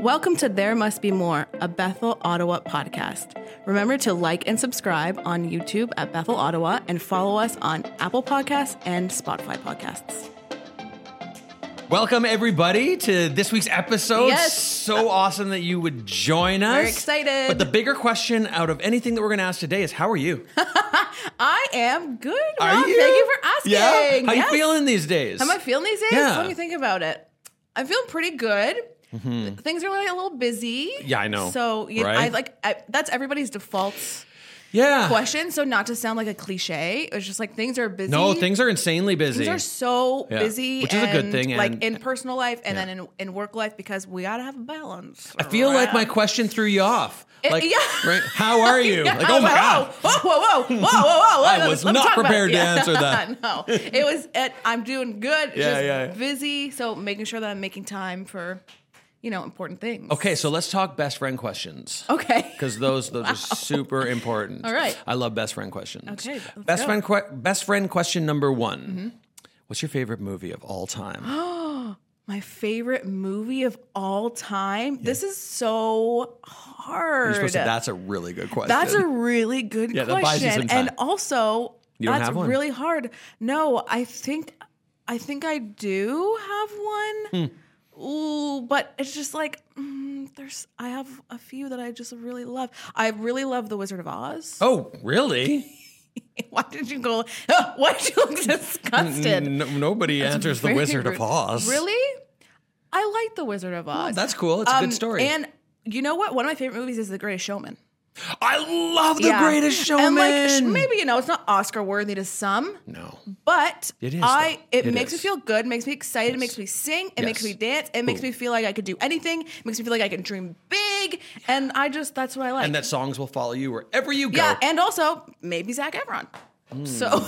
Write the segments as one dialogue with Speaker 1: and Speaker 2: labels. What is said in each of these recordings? Speaker 1: Welcome to There Must Be More, a Bethel, Ottawa podcast. Remember to like and subscribe on YouTube at Bethel, Ottawa, and follow us on Apple Podcasts and Spotify Podcasts.
Speaker 2: Welcome everybody to this week's episode.
Speaker 1: Yes.
Speaker 2: So awesome that you would join us.
Speaker 1: We're excited.
Speaker 2: But the bigger question out of anything that we're going to ask today is how are you?
Speaker 1: I am good.
Speaker 2: Are
Speaker 1: Mom.
Speaker 2: you?
Speaker 1: Thank you for asking.
Speaker 2: Yeah. How
Speaker 1: Yes.
Speaker 2: you feeling these days?
Speaker 1: How am I feeling these days?
Speaker 2: Yeah.
Speaker 1: Let me think about it. I'm feeling pretty good. Things are like a little busy.
Speaker 2: Mm-hmm. Yeah, I know.
Speaker 1: So you
Speaker 2: Right?
Speaker 1: I like I, that's everybody's default
Speaker 2: yeah.
Speaker 1: question. So not to sound like a cliche, it's just like things are busy.
Speaker 2: No, things are insanely busy.
Speaker 1: Things are so
Speaker 2: Yeah.
Speaker 1: busy,
Speaker 2: Which is a good
Speaker 1: and,
Speaker 2: thing,
Speaker 1: like
Speaker 2: and-
Speaker 1: in personal life and then in, in work life, because we gotta have a balance.
Speaker 2: I feel like my question threw you off. Like,
Speaker 1: yeah.
Speaker 2: right? How are you?
Speaker 1: Yeah,
Speaker 2: like,
Speaker 1: I
Speaker 2: oh
Speaker 1: was
Speaker 2: my god.
Speaker 1: Whoa, whoa, whoa, whoa, whoa, whoa! whoa.
Speaker 2: I
Speaker 1: Let me-
Speaker 2: was
Speaker 1: let me
Speaker 2: not
Speaker 1: talk about it.
Speaker 2: prepared to
Speaker 1: Yeah.
Speaker 2: answer that.
Speaker 1: no, it was. At, I'm doing good.
Speaker 2: Yeah,
Speaker 1: just
Speaker 2: yeah, yeah.
Speaker 1: Busy, so making sure that I'm making time for, you know, important things.
Speaker 2: Okay, so let's talk best friend questions.
Speaker 1: Okay.
Speaker 2: Because those those are super important.
Speaker 1: All right.
Speaker 2: I love best friend questions.
Speaker 1: Okay, let's
Speaker 2: Best
Speaker 1: go. Mm-hmm.
Speaker 2: friend que- best friend question number one. What's your favorite movie of all time?
Speaker 1: My favorite movie of all time. This is so hard.
Speaker 2: You're supposed to- that's a really good question.
Speaker 1: That's a really good
Speaker 2: Yeah, that buys you
Speaker 1: question.
Speaker 2: some time.
Speaker 1: And also,
Speaker 2: You don't
Speaker 1: that's
Speaker 2: have one?
Speaker 1: really hard. No, I think I think I do have one.
Speaker 2: Hmm.
Speaker 1: Ooh, but it's just like mm, there's I have a few that I just really love. I really love The Wizard of Oz.
Speaker 2: oh, really?
Speaker 1: Why did you go? Why did you look disgusted?
Speaker 2: No, nobody answers the
Speaker 1: Very
Speaker 2: Wizard
Speaker 1: rude.
Speaker 2: of Oz. Oh,
Speaker 1: Really? I like The Wizard of Oz.
Speaker 2: that's cool. It's a good
Speaker 1: Um,
Speaker 2: story.
Speaker 1: And you know what? One of my favorite movies is The Greatest Showman.
Speaker 2: I love the
Speaker 1: Yeah.
Speaker 2: Greatest
Speaker 1: And
Speaker 2: Showman.
Speaker 1: like sh- maybe you know it's not Oscar worthy to some,
Speaker 2: no.
Speaker 1: but
Speaker 2: It is,
Speaker 1: I
Speaker 2: though.
Speaker 1: it,
Speaker 2: It
Speaker 1: makes me
Speaker 2: is.
Speaker 1: feel good, makes me excited, makes me sing, it makes
Speaker 2: Yes.
Speaker 1: me dance, it makes
Speaker 2: Ooh.
Speaker 1: me feel like I could do anything, it makes me feel like I can dream big, and I just that's what I like.
Speaker 2: And that songs will follow you wherever you go. Hmm.
Speaker 1: yeah, and also maybe Zach Efron. So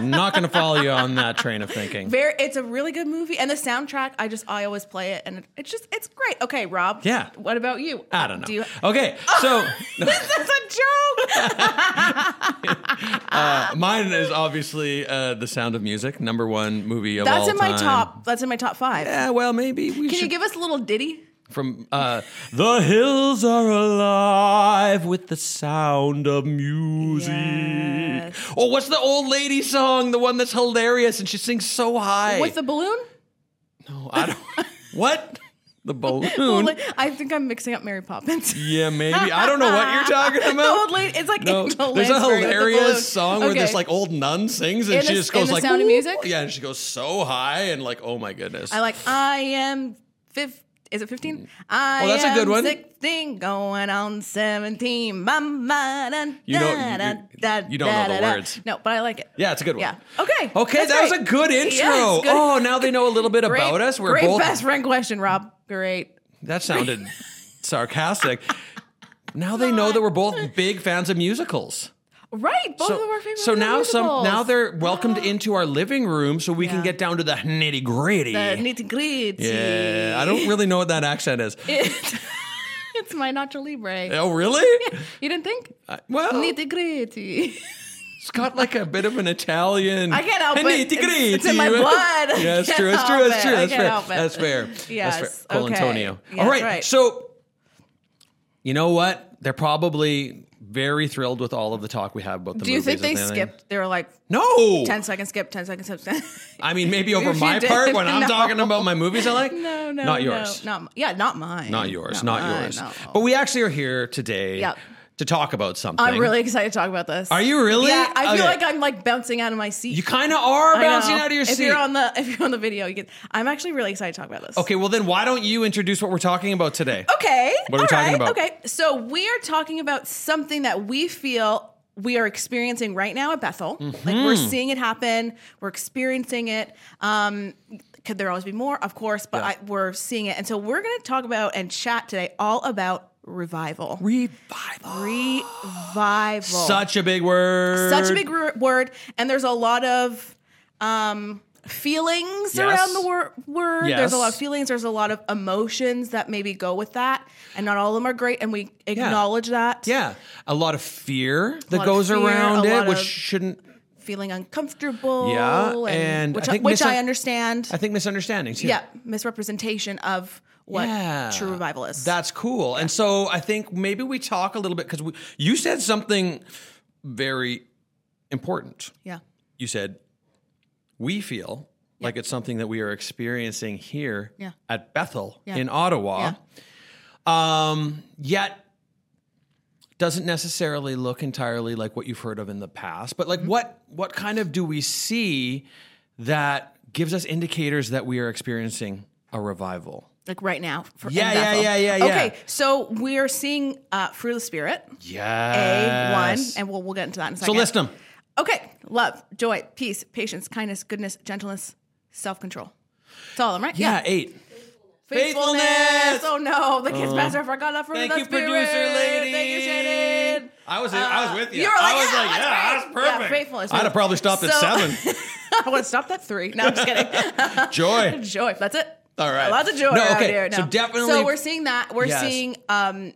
Speaker 2: Not going to follow you on that train of thinking.
Speaker 1: very, it's a really good movie, and the soundtrack. I just I always play it, and it- it's just it's great. Okay, Rob.
Speaker 2: Yeah.
Speaker 1: What about you?
Speaker 2: I don't know.
Speaker 1: Do you,
Speaker 2: okay, so
Speaker 1: that's a joke.
Speaker 2: uh, mine is obviously uh, the Sound of Music, number one movie of all
Speaker 1: That's in
Speaker 2: time.
Speaker 1: my top. That's in my top five.
Speaker 2: Yeah, well, maybe we
Speaker 1: Can
Speaker 2: should
Speaker 1: you give us a little ditty?
Speaker 2: from uh, the hills are alive with the sound of music.
Speaker 1: Yes.
Speaker 2: Oh, what's the old lady song? The one that's hilarious and she sings so high.
Speaker 1: With the balloon?
Speaker 2: no, I don't. what? The
Speaker 1: Well,
Speaker 2: balloon?
Speaker 1: like, I think I'm mixing up Mary Poppins.
Speaker 2: yeah, maybe. I don't know what you're talking about.
Speaker 1: the old lady. It's like
Speaker 2: No,
Speaker 1: Angel
Speaker 2: there's a
Speaker 1: Lansbury with the balloon.
Speaker 2: hilarious song where this
Speaker 1: Okay.
Speaker 2: like old nun sings and
Speaker 1: In
Speaker 2: she
Speaker 1: the-
Speaker 2: just goes
Speaker 1: in the
Speaker 2: like
Speaker 1: Sound of
Speaker 2: "Ooh."
Speaker 1: Music?
Speaker 2: Yeah, and she goes so high and like, oh my goodness.
Speaker 1: I like I am fifth. Is it 15? I
Speaker 2: Oh, that's a
Speaker 1: am
Speaker 2: good one.
Speaker 1: 16 going on 17. Mama, dun,
Speaker 2: You don't-
Speaker 1: da,
Speaker 2: you-
Speaker 1: da, da,
Speaker 2: you don't know
Speaker 1: da,
Speaker 2: the
Speaker 1: da.
Speaker 2: words.
Speaker 1: No, but I like it.
Speaker 2: yeah, it's a good one.
Speaker 1: Yeah. Okay.
Speaker 2: Okay,
Speaker 1: That's
Speaker 2: that was
Speaker 1: great.
Speaker 2: a good intro.
Speaker 1: Yes, good.
Speaker 2: Oh, now they know a little bit
Speaker 1: Great-
Speaker 2: about us. We're
Speaker 1: great
Speaker 2: both
Speaker 1: best friend question, Rob. Great.
Speaker 2: that sounded sarcastic. Now they know that we're both big fans of musicals.
Speaker 1: Right. Both of
Speaker 2: So,
Speaker 1: our favorite
Speaker 2: so now
Speaker 1: musicals.
Speaker 2: some now they're welcomed into our living room so we
Speaker 1: Yeah.
Speaker 2: can get down to the nitty gritty.
Speaker 1: the nitty gritty.
Speaker 2: yeah, I don't really know what that accent is.
Speaker 1: it's my Nacho Libre.
Speaker 2: oh, really? Oh.
Speaker 1: You didn't think?
Speaker 2: I- well,
Speaker 1: Nitty gritty.
Speaker 2: It's got like a bit of an Italian.
Speaker 1: I can't help it.
Speaker 2: Nitty gritty.
Speaker 1: It's in my blood. I
Speaker 2: Yeah, it's
Speaker 1: can't
Speaker 2: true. It's true.
Speaker 1: help
Speaker 2: It's
Speaker 1: it. I
Speaker 2: true. That's
Speaker 1: can't
Speaker 2: fair.
Speaker 1: help it.
Speaker 2: That's fair.
Speaker 1: Yes,
Speaker 2: That's fair. Cole
Speaker 1: okay.
Speaker 2: Antonio.
Speaker 1: Yeah,
Speaker 2: All right.
Speaker 1: right.
Speaker 2: So, you know what? They're probably very thrilled with all of the talk we have about the
Speaker 1: Do you
Speaker 2: movies
Speaker 1: think they
Speaker 2: and everything.
Speaker 1: skipped? They were like
Speaker 2: No.
Speaker 1: 10 seconds skip, 10 seconds skip.
Speaker 2: I mean, maybe over
Speaker 1: If you
Speaker 2: my
Speaker 1: did,
Speaker 2: part when
Speaker 1: no.
Speaker 2: I'm talking about my movies I like.
Speaker 1: no, no.
Speaker 2: Not yours.
Speaker 1: No, not, m- yeah, not mine.
Speaker 2: Not yours. Not,
Speaker 1: mine,
Speaker 2: yours. Oh,
Speaker 1: no.
Speaker 2: But we actually are here today
Speaker 1: Yep.
Speaker 2: to talk about something.
Speaker 1: I'm really excited to talk about this.
Speaker 2: Are you really?
Speaker 1: Yeah, I feel
Speaker 2: Okay.
Speaker 1: like I'm like bouncing out of my seat.
Speaker 2: You kind of are
Speaker 1: I know.
Speaker 2: bouncing out of your
Speaker 1: if
Speaker 2: seat.
Speaker 1: You're on the, if you're on the video, you can, I'm actually really excited to talk about this.
Speaker 2: Okay, well then why don't you introduce what we're talking about today?
Speaker 1: Okay.
Speaker 2: What are we
Speaker 1: all
Speaker 2: talking
Speaker 1: right,
Speaker 2: about?
Speaker 1: Okay. So we are talking about something that we feel we are experiencing right now at Bethel. Like we're
Speaker 2: Mm-hmm.
Speaker 1: seeing it happen. We're experiencing it. Um, could there always be more? Of course, but I, we're seeing it. And so we're going to talk about and chat today all about revival.
Speaker 2: Revival.
Speaker 1: Revival.
Speaker 2: Such a big word.
Speaker 1: Such a big r- word. And there's a lot of um, feelings
Speaker 2: Yes.
Speaker 1: around the wor- word. There's a lot of
Speaker 2: Yes.
Speaker 1: feelings. There's a lot of emotions that maybe go with that. And not all of them are great. And we acknowledge that.
Speaker 2: Yeah, a lot of fear that
Speaker 1: lot of
Speaker 2: goes
Speaker 1: fear,
Speaker 2: around
Speaker 1: a
Speaker 2: it,
Speaker 1: lot
Speaker 2: which
Speaker 1: of
Speaker 2: shouldn't
Speaker 1: feeling uncomfortable.
Speaker 2: Yeah, and
Speaker 1: which
Speaker 2: I
Speaker 1: I,
Speaker 2: think
Speaker 1: which
Speaker 2: misun-
Speaker 1: I understand.
Speaker 2: I think misunderstandings.
Speaker 1: yeah, misrepresentation of what true revival is.
Speaker 2: That's cool. And so I think maybe we talk a little bit because you said something very important.
Speaker 1: yeah.
Speaker 2: You said we feel like it's something that we are experiencing here
Speaker 1: Yeah.
Speaker 2: at Bethel
Speaker 1: Yeah.
Speaker 2: in Ottawa. Um, yet doesn't necessarily look entirely like what you've heard of in the past. But like
Speaker 1: Mm-hmm.
Speaker 2: what what kind of do we see that gives us indicators that we are experiencing a revival?
Speaker 1: Like right now. For, in
Speaker 2: Yeah, yeah,
Speaker 1: Bethel.
Speaker 2: yeah, yeah, yeah.
Speaker 1: Okay, so we're seeing uh, Fruit of the Spirit, A, one,
Speaker 2: Yes.
Speaker 1: and we'll, we'll get into that in a
Speaker 2: So
Speaker 1: second.
Speaker 2: list them.
Speaker 1: Okay, love, joy, peace, patience, kindness, goodness, gentleness, self control. It's all of them, right?
Speaker 2: Yeah, eight. Faithfulness. Uh-huh.
Speaker 1: Oh no, the kids' pastor forgot that for
Speaker 2: Thank
Speaker 1: the
Speaker 2: you,
Speaker 1: spirit.
Speaker 2: producer lady.
Speaker 1: Thank you, Shannon.
Speaker 2: I was, I was with you.
Speaker 1: you were like,
Speaker 2: I was
Speaker 1: yeah,
Speaker 2: like,
Speaker 1: that's great.
Speaker 2: yeah, that's perfect.
Speaker 1: Yeah, faithfulness.
Speaker 2: I'd have probably stopped at
Speaker 1: So-
Speaker 2: seven.
Speaker 1: I would have stopped at three. No, I'm just kidding.
Speaker 2: Joy.
Speaker 1: joy. That's it.
Speaker 2: All right.
Speaker 1: Lots of joy
Speaker 2: No,
Speaker 1: out
Speaker 2: okay,
Speaker 1: here. No.
Speaker 2: so definitely-
Speaker 1: So we're seeing that. We're
Speaker 2: Yes.
Speaker 1: seeing um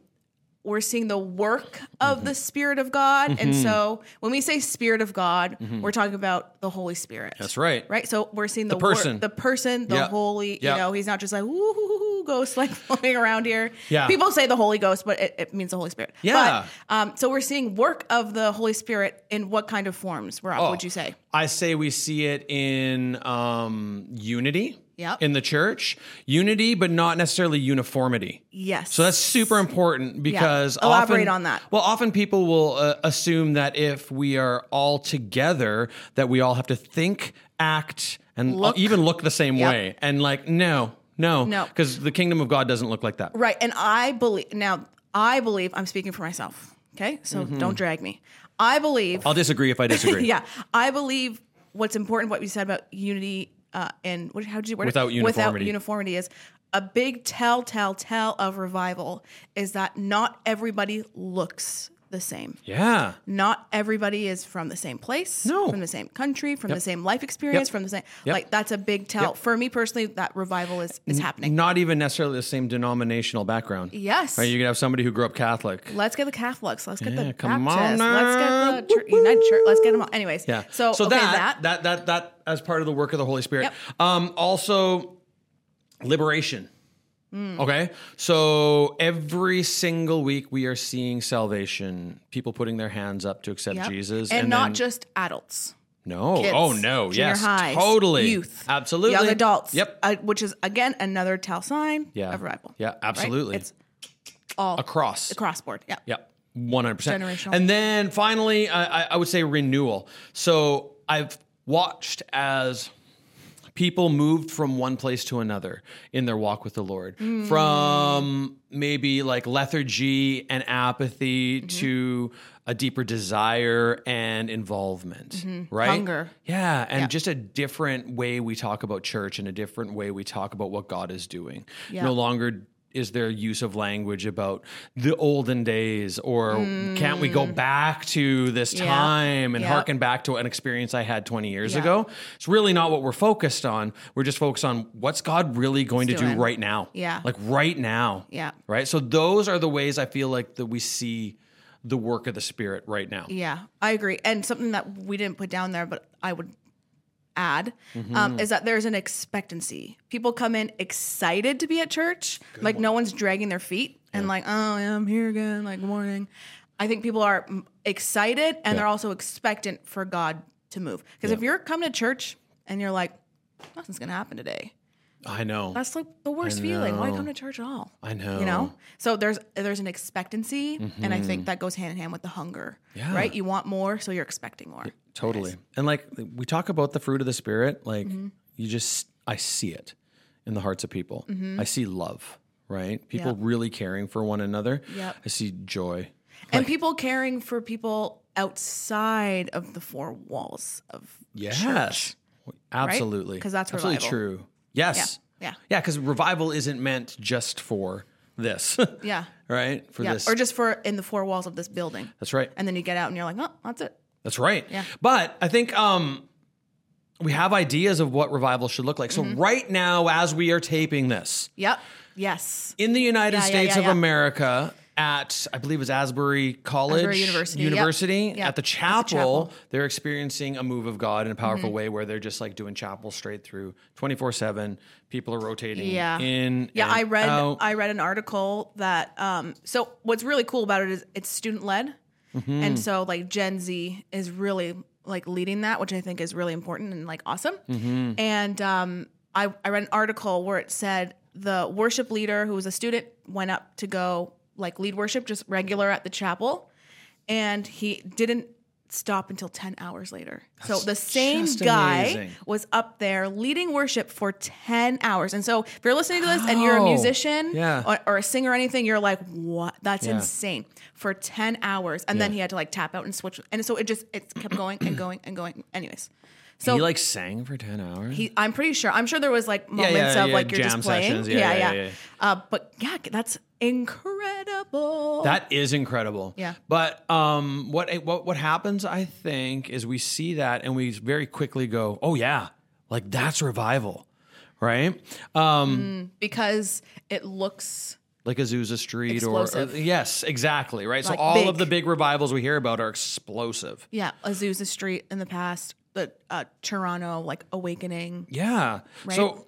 Speaker 1: we're seeing the work of
Speaker 2: Mm-hmm.
Speaker 1: the Spirit of God. And so when we say Spirit of God, we're talking about the Holy Spirit.
Speaker 2: Mm-hmm. That's right.
Speaker 1: Right? So we're seeing the,
Speaker 2: The
Speaker 1: wor-
Speaker 2: person.
Speaker 1: the person, the
Speaker 2: Yeah.
Speaker 1: Holy,
Speaker 2: Yeah.
Speaker 1: you know, he's not just like, ooh, ghost like floating around here.
Speaker 2: Yeah.
Speaker 1: People say the Holy Ghost, but it, it means the Holy Spirit.
Speaker 2: Yeah.
Speaker 1: But, um, so we're seeing work of the Holy Spirit in what kind of forms, Rob,
Speaker 2: Oh.
Speaker 1: would you say?
Speaker 2: I say we see it in um, unity
Speaker 1: Yep.
Speaker 2: in the church. Unity, but not necessarily uniformity.
Speaker 1: Yes.
Speaker 2: So that's super important because
Speaker 1: Elaborate
Speaker 2: often,
Speaker 1: on that.
Speaker 2: Well, often people will uh, assume that if we are all together, that we all have to think, act, and uh,
Speaker 1: Look.
Speaker 2: even look the same
Speaker 1: Yep.
Speaker 2: way. And like, no, no,
Speaker 1: No.
Speaker 2: because the kingdom of God doesn't look like that.
Speaker 1: Right. And I believe now I believe I'm speaking for myself. Okay. So don't drag me. I believe
Speaker 2: Mm-hmm. I'll disagree if I disagree.
Speaker 1: yeah. I believe what's important what you said about unity uh, and what, how did you word
Speaker 2: Without
Speaker 1: it?
Speaker 2: uniformity.
Speaker 1: Without uniformity is a big telltale tell of revival is that not everybody looks the same.
Speaker 2: Yeah.
Speaker 1: Not everybody is from the same place,
Speaker 2: No.
Speaker 1: from the same country, from the same life experience,
Speaker 2: Yep.
Speaker 1: from the same
Speaker 2: Yep.
Speaker 1: like that's a big tell
Speaker 2: Yep.
Speaker 1: for me personally. That revival is is happening.
Speaker 2: Not even necessarily the same denominational background.
Speaker 1: Yes,
Speaker 2: Right? You could have somebody who grew up Catholic.
Speaker 1: Let's get the Catholics. Let's get
Speaker 2: Yeah,
Speaker 1: the
Speaker 2: come
Speaker 1: Baptists.
Speaker 2: on
Speaker 1: Let's get the
Speaker 2: now.
Speaker 1: church, United Church. Let's get them all. Anyways,
Speaker 2: Yeah.
Speaker 1: So, okay, that,
Speaker 2: that that that as part of the work of the Holy Spirit.
Speaker 1: Yep.
Speaker 2: Um, also, liberation.
Speaker 1: Hmm.
Speaker 2: Okay, so every single week we are seeing salvation. People putting their hands up to accept
Speaker 1: yep.
Speaker 2: Jesus,
Speaker 1: and, not
Speaker 2: then-
Speaker 1: just adults.
Speaker 2: no.
Speaker 1: kids,
Speaker 2: oh no,
Speaker 1: junior
Speaker 2: yes,
Speaker 1: highs,
Speaker 2: totally,
Speaker 1: youth,
Speaker 2: absolutely,
Speaker 1: young adults.
Speaker 2: Yep.
Speaker 1: uh, which is again another tell sign
Speaker 2: yeah.
Speaker 1: of revival.
Speaker 2: Yeah,
Speaker 1: Right?
Speaker 2: absolutely.
Speaker 1: It's all
Speaker 2: Across.
Speaker 1: across board. Yeah.
Speaker 2: Yep, one hundred percent.
Speaker 1: Generational.
Speaker 2: And then finally, I, I- I would say renewal. So I've watched as people moved from one place to another in their walk with the Lord,
Speaker 1: Mm.
Speaker 2: from maybe like lethargy and apathy
Speaker 1: Mm-hmm.
Speaker 2: to a deeper desire and involvement, right?
Speaker 1: Mm-hmm. Hunger.
Speaker 2: Yeah, and just a different way we talk about church and a different way we talk about what God is doing.
Speaker 1: Yeah.
Speaker 2: No longer is there use of language about the olden days or can't we go back to this
Speaker 1: Mm. Yeah.
Speaker 2: time and
Speaker 1: Yeah.
Speaker 2: harken back to an experience I had 20 years
Speaker 1: Yeah.
Speaker 2: ago? It's really not what we're focused on. We're just focused on what's God really going
Speaker 1: He's
Speaker 2: to
Speaker 1: doing.
Speaker 2: do right now.
Speaker 1: Yeah.
Speaker 2: Like right now.
Speaker 1: Yeah.
Speaker 2: Right? So those are the ways I feel like that we see the work of the spirit right now.
Speaker 1: Yeah, I agree. And something that we didn't put down there, but I would add, um, is that there's an expectancy. People come in excited to be at church, like no one's dragging their feet and like, oh, yeah, I'm here again, like good morning. I think people are mm, excited and they're also expectant for God to move. Because if you're coming to church and you're like, nothing's going to happen today.
Speaker 2: I know.
Speaker 1: That's like the worst feeling. Why
Speaker 2: know.
Speaker 1: come to church at all?
Speaker 2: I know.
Speaker 1: You know? So there's there's an expectancy and I think that goes hand in hand with the hunger.
Speaker 2: Mm-hmm. Yeah.
Speaker 1: Right? You want more, so you're expecting more.
Speaker 2: Totally. And like we talk about the fruit of the spirit, like
Speaker 1: Mm-hmm.
Speaker 2: you just I see it in the hearts of people. I see love, right? People
Speaker 1: Mm-hmm. Yep.
Speaker 2: really caring for one another.
Speaker 1: Yep.
Speaker 2: I see joy.
Speaker 1: and people caring for people outside of the four walls of
Speaker 2: Yes. Absolutely.
Speaker 1: 'Cause that's
Speaker 2: absolutely
Speaker 1: revival.
Speaker 2: true. Yes.
Speaker 1: Yeah.
Speaker 2: Yeah, cuz revival isn't meant just for this,
Speaker 1: Yeah.
Speaker 2: right? For
Speaker 1: Yeah.
Speaker 2: this.
Speaker 1: Or just for in the four walls of this building.
Speaker 2: that's right.
Speaker 1: And then you get out and you're like, oh, that's it.
Speaker 2: That's right. But I think um, we have ideas of what revival should look like. So
Speaker 1: Mm-hmm.
Speaker 2: right now, as we are taping this
Speaker 1: Yep. Yes.
Speaker 2: in the United
Speaker 1: Yeah, yeah,
Speaker 2: States
Speaker 1: yeah,
Speaker 2: of
Speaker 1: yeah.
Speaker 2: America, at I believe it was Asbury College
Speaker 1: Asbury University, yep.
Speaker 2: University,
Speaker 1: Yep.
Speaker 2: at the
Speaker 1: At the
Speaker 2: chapel,
Speaker 1: chapel. Mm-hmm.
Speaker 2: they're experiencing a move of God in a powerful way where they're just like doing chapel straight through 24/7 people are rotating
Speaker 1: Yeah.
Speaker 2: in
Speaker 1: Yeah,
Speaker 2: and
Speaker 1: I read
Speaker 2: out.
Speaker 1: I read an article that um so what's really cool about it is it's student led.
Speaker 2: Mm-hmm.
Speaker 1: And so like Gen Z is really like leading that, which I think is really important and like awesome.
Speaker 2: Mm-hmm.
Speaker 1: And um I, I read an article where it said the worship leader who was a student went up to go like lead worship just regular at the chapel and he didn't stop until 10 hours later. so the same
Speaker 2: just
Speaker 1: guy
Speaker 2: amazing.
Speaker 1: was up there leading worship for 10 hours. And so if you're listening to this and you're a
Speaker 2: Wow.
Speaker 1: musician
Speaker 2: Yeah.
Speaker 1: or, or a singer or anything, you're like, what? That's
Speaker 2: Yeah.
Speaker 1: insane. For 10 hours. And then he had to like tap out and switch. And so it just, it kept going and going and going. Anyways. So
Speaker 2: he like sang for 10 hours.
Speaker 1: he- I'm pretty sure. I'm sure there was like
Speaker 2: yeah,
Speaker 1: moments of
Speaker 2: yeah,
Speaker 1: like you're
Speaker 2: jam
Speaker 1: just playing.
Speaker 2: sessions. Yeah,
Speaker 1: Yeah,
Speaker 2: yeah,
Speaker 1: yeah.
Speaker 2: yeah.
Speaker 1: Uh, but yeah, that's incredible.
Speaker 2: That is incredible.
Speaker 1: Yeah.
Speaker 2: But um, what what what happens, I think, is we see that and we very quickly go, "Oh yeah, like that's revival," right? Um,
Speaker 1: because it looks
Speaker 2: like Azusa Street or, uh,
Speaker 1: Explosive.
Speaker 2: yes, exactly, right.
Speaker 1: Like
Speaker 2: so all of
Speaker 1: big.
Speaker 2: the big revivals we hear about are explosive.
Speaker 1: yeah, Azusa Street in the past, the uh, Toronto like awakening.
Speaker 2: Yeah. So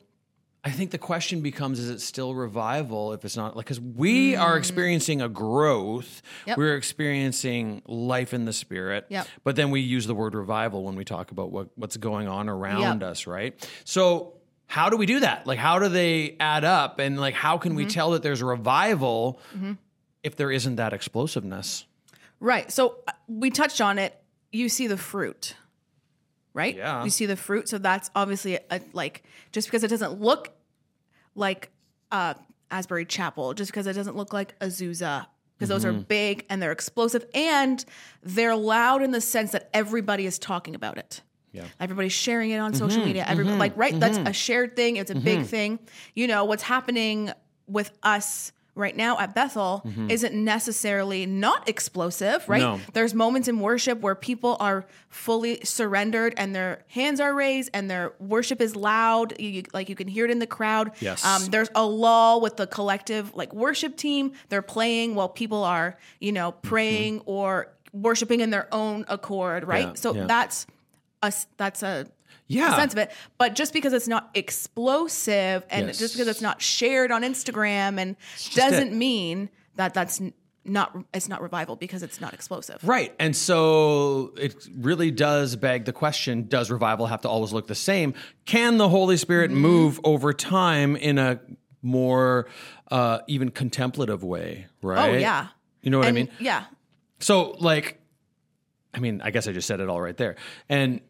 Speaker 2: I think the question becomes is it still revival if it's not like cuz we are experiencing a growth.
Speaker 1: Mm. Yep.
Speaker 2: We're experiencing life in the spirit.
Speaker 1: Yep.
Speaker 2: But then we use the word revival when we talk about what what's going on around
Speaker 1: Yep.
Speaker 2: us, right? So how do we do that? Like how do they add up and like how can we
Speaker 1: Mm-hmm.
Speaker 2: tell that there's revival if there isn't that explosiveness?
Speaker 1: Right. So uh, we touched on it. You see the fruit, right?
Speaker 2: Yeah.
Speaker 1: You see the fruit. So that's obviously a, like just because it doesn't look like uh, Asbury Chapel, just because it doesn't look like Azusa, because those are big and they're explosive and they're loud in the sense that everybody is talking about it.
Speaker 2: Yeah. Mm-hmm.
Speaker 1: Everybody's sharing it on social media. Everybody, like, right? That's a shared thing. It's a big thing. You know, what's happening with us right now at Bethel isn't necessarily not explosive, right?
Speaker 2: Mm-hmm. No.
Speaker 1: There's moments in worship where people are fully surrendered and their hands are raised and their worship is loud. You, you- like, you can hear it in the crowd. Um,
Speaker 2: Yes.
Speaker 1: there's a lull with the collective, like, worship team. They're playing while people are, you know,
Speaker 2: Mm-hmm.
Speaker 1: praying or worshiping in their own accord, right?
Speaker 2: Yeah,
Speaker 1: so
Speaker 2: yeah.
Speaker 1: that's a s- that's a
Speaker 2: Yeah.
Speaker 1: sense of it. But just because it's not explosive and
Speaker 2: Yes.
Speaker 1: just because it's not shared on Instagram and
Speaker 2: a-
Speaker 1: doesn't mean that that's n- not it's not revival because it's not explosive.
Speaker 2: Right. And so it really does beg the question does revival have to always look the same? Can the Holy Spirit
Speaker 1: Mm-hmm.
Speaker 2: move over time in a more uh, even contemplative way? Right.
Speaker 1: Oh yeah.
Speaker 2: You know what
Speaker 1: And
Speaker 2: I mean?
Speaker 1: yeah.
Speaker 2: So, like, I mean, I guess I just said it all right there. And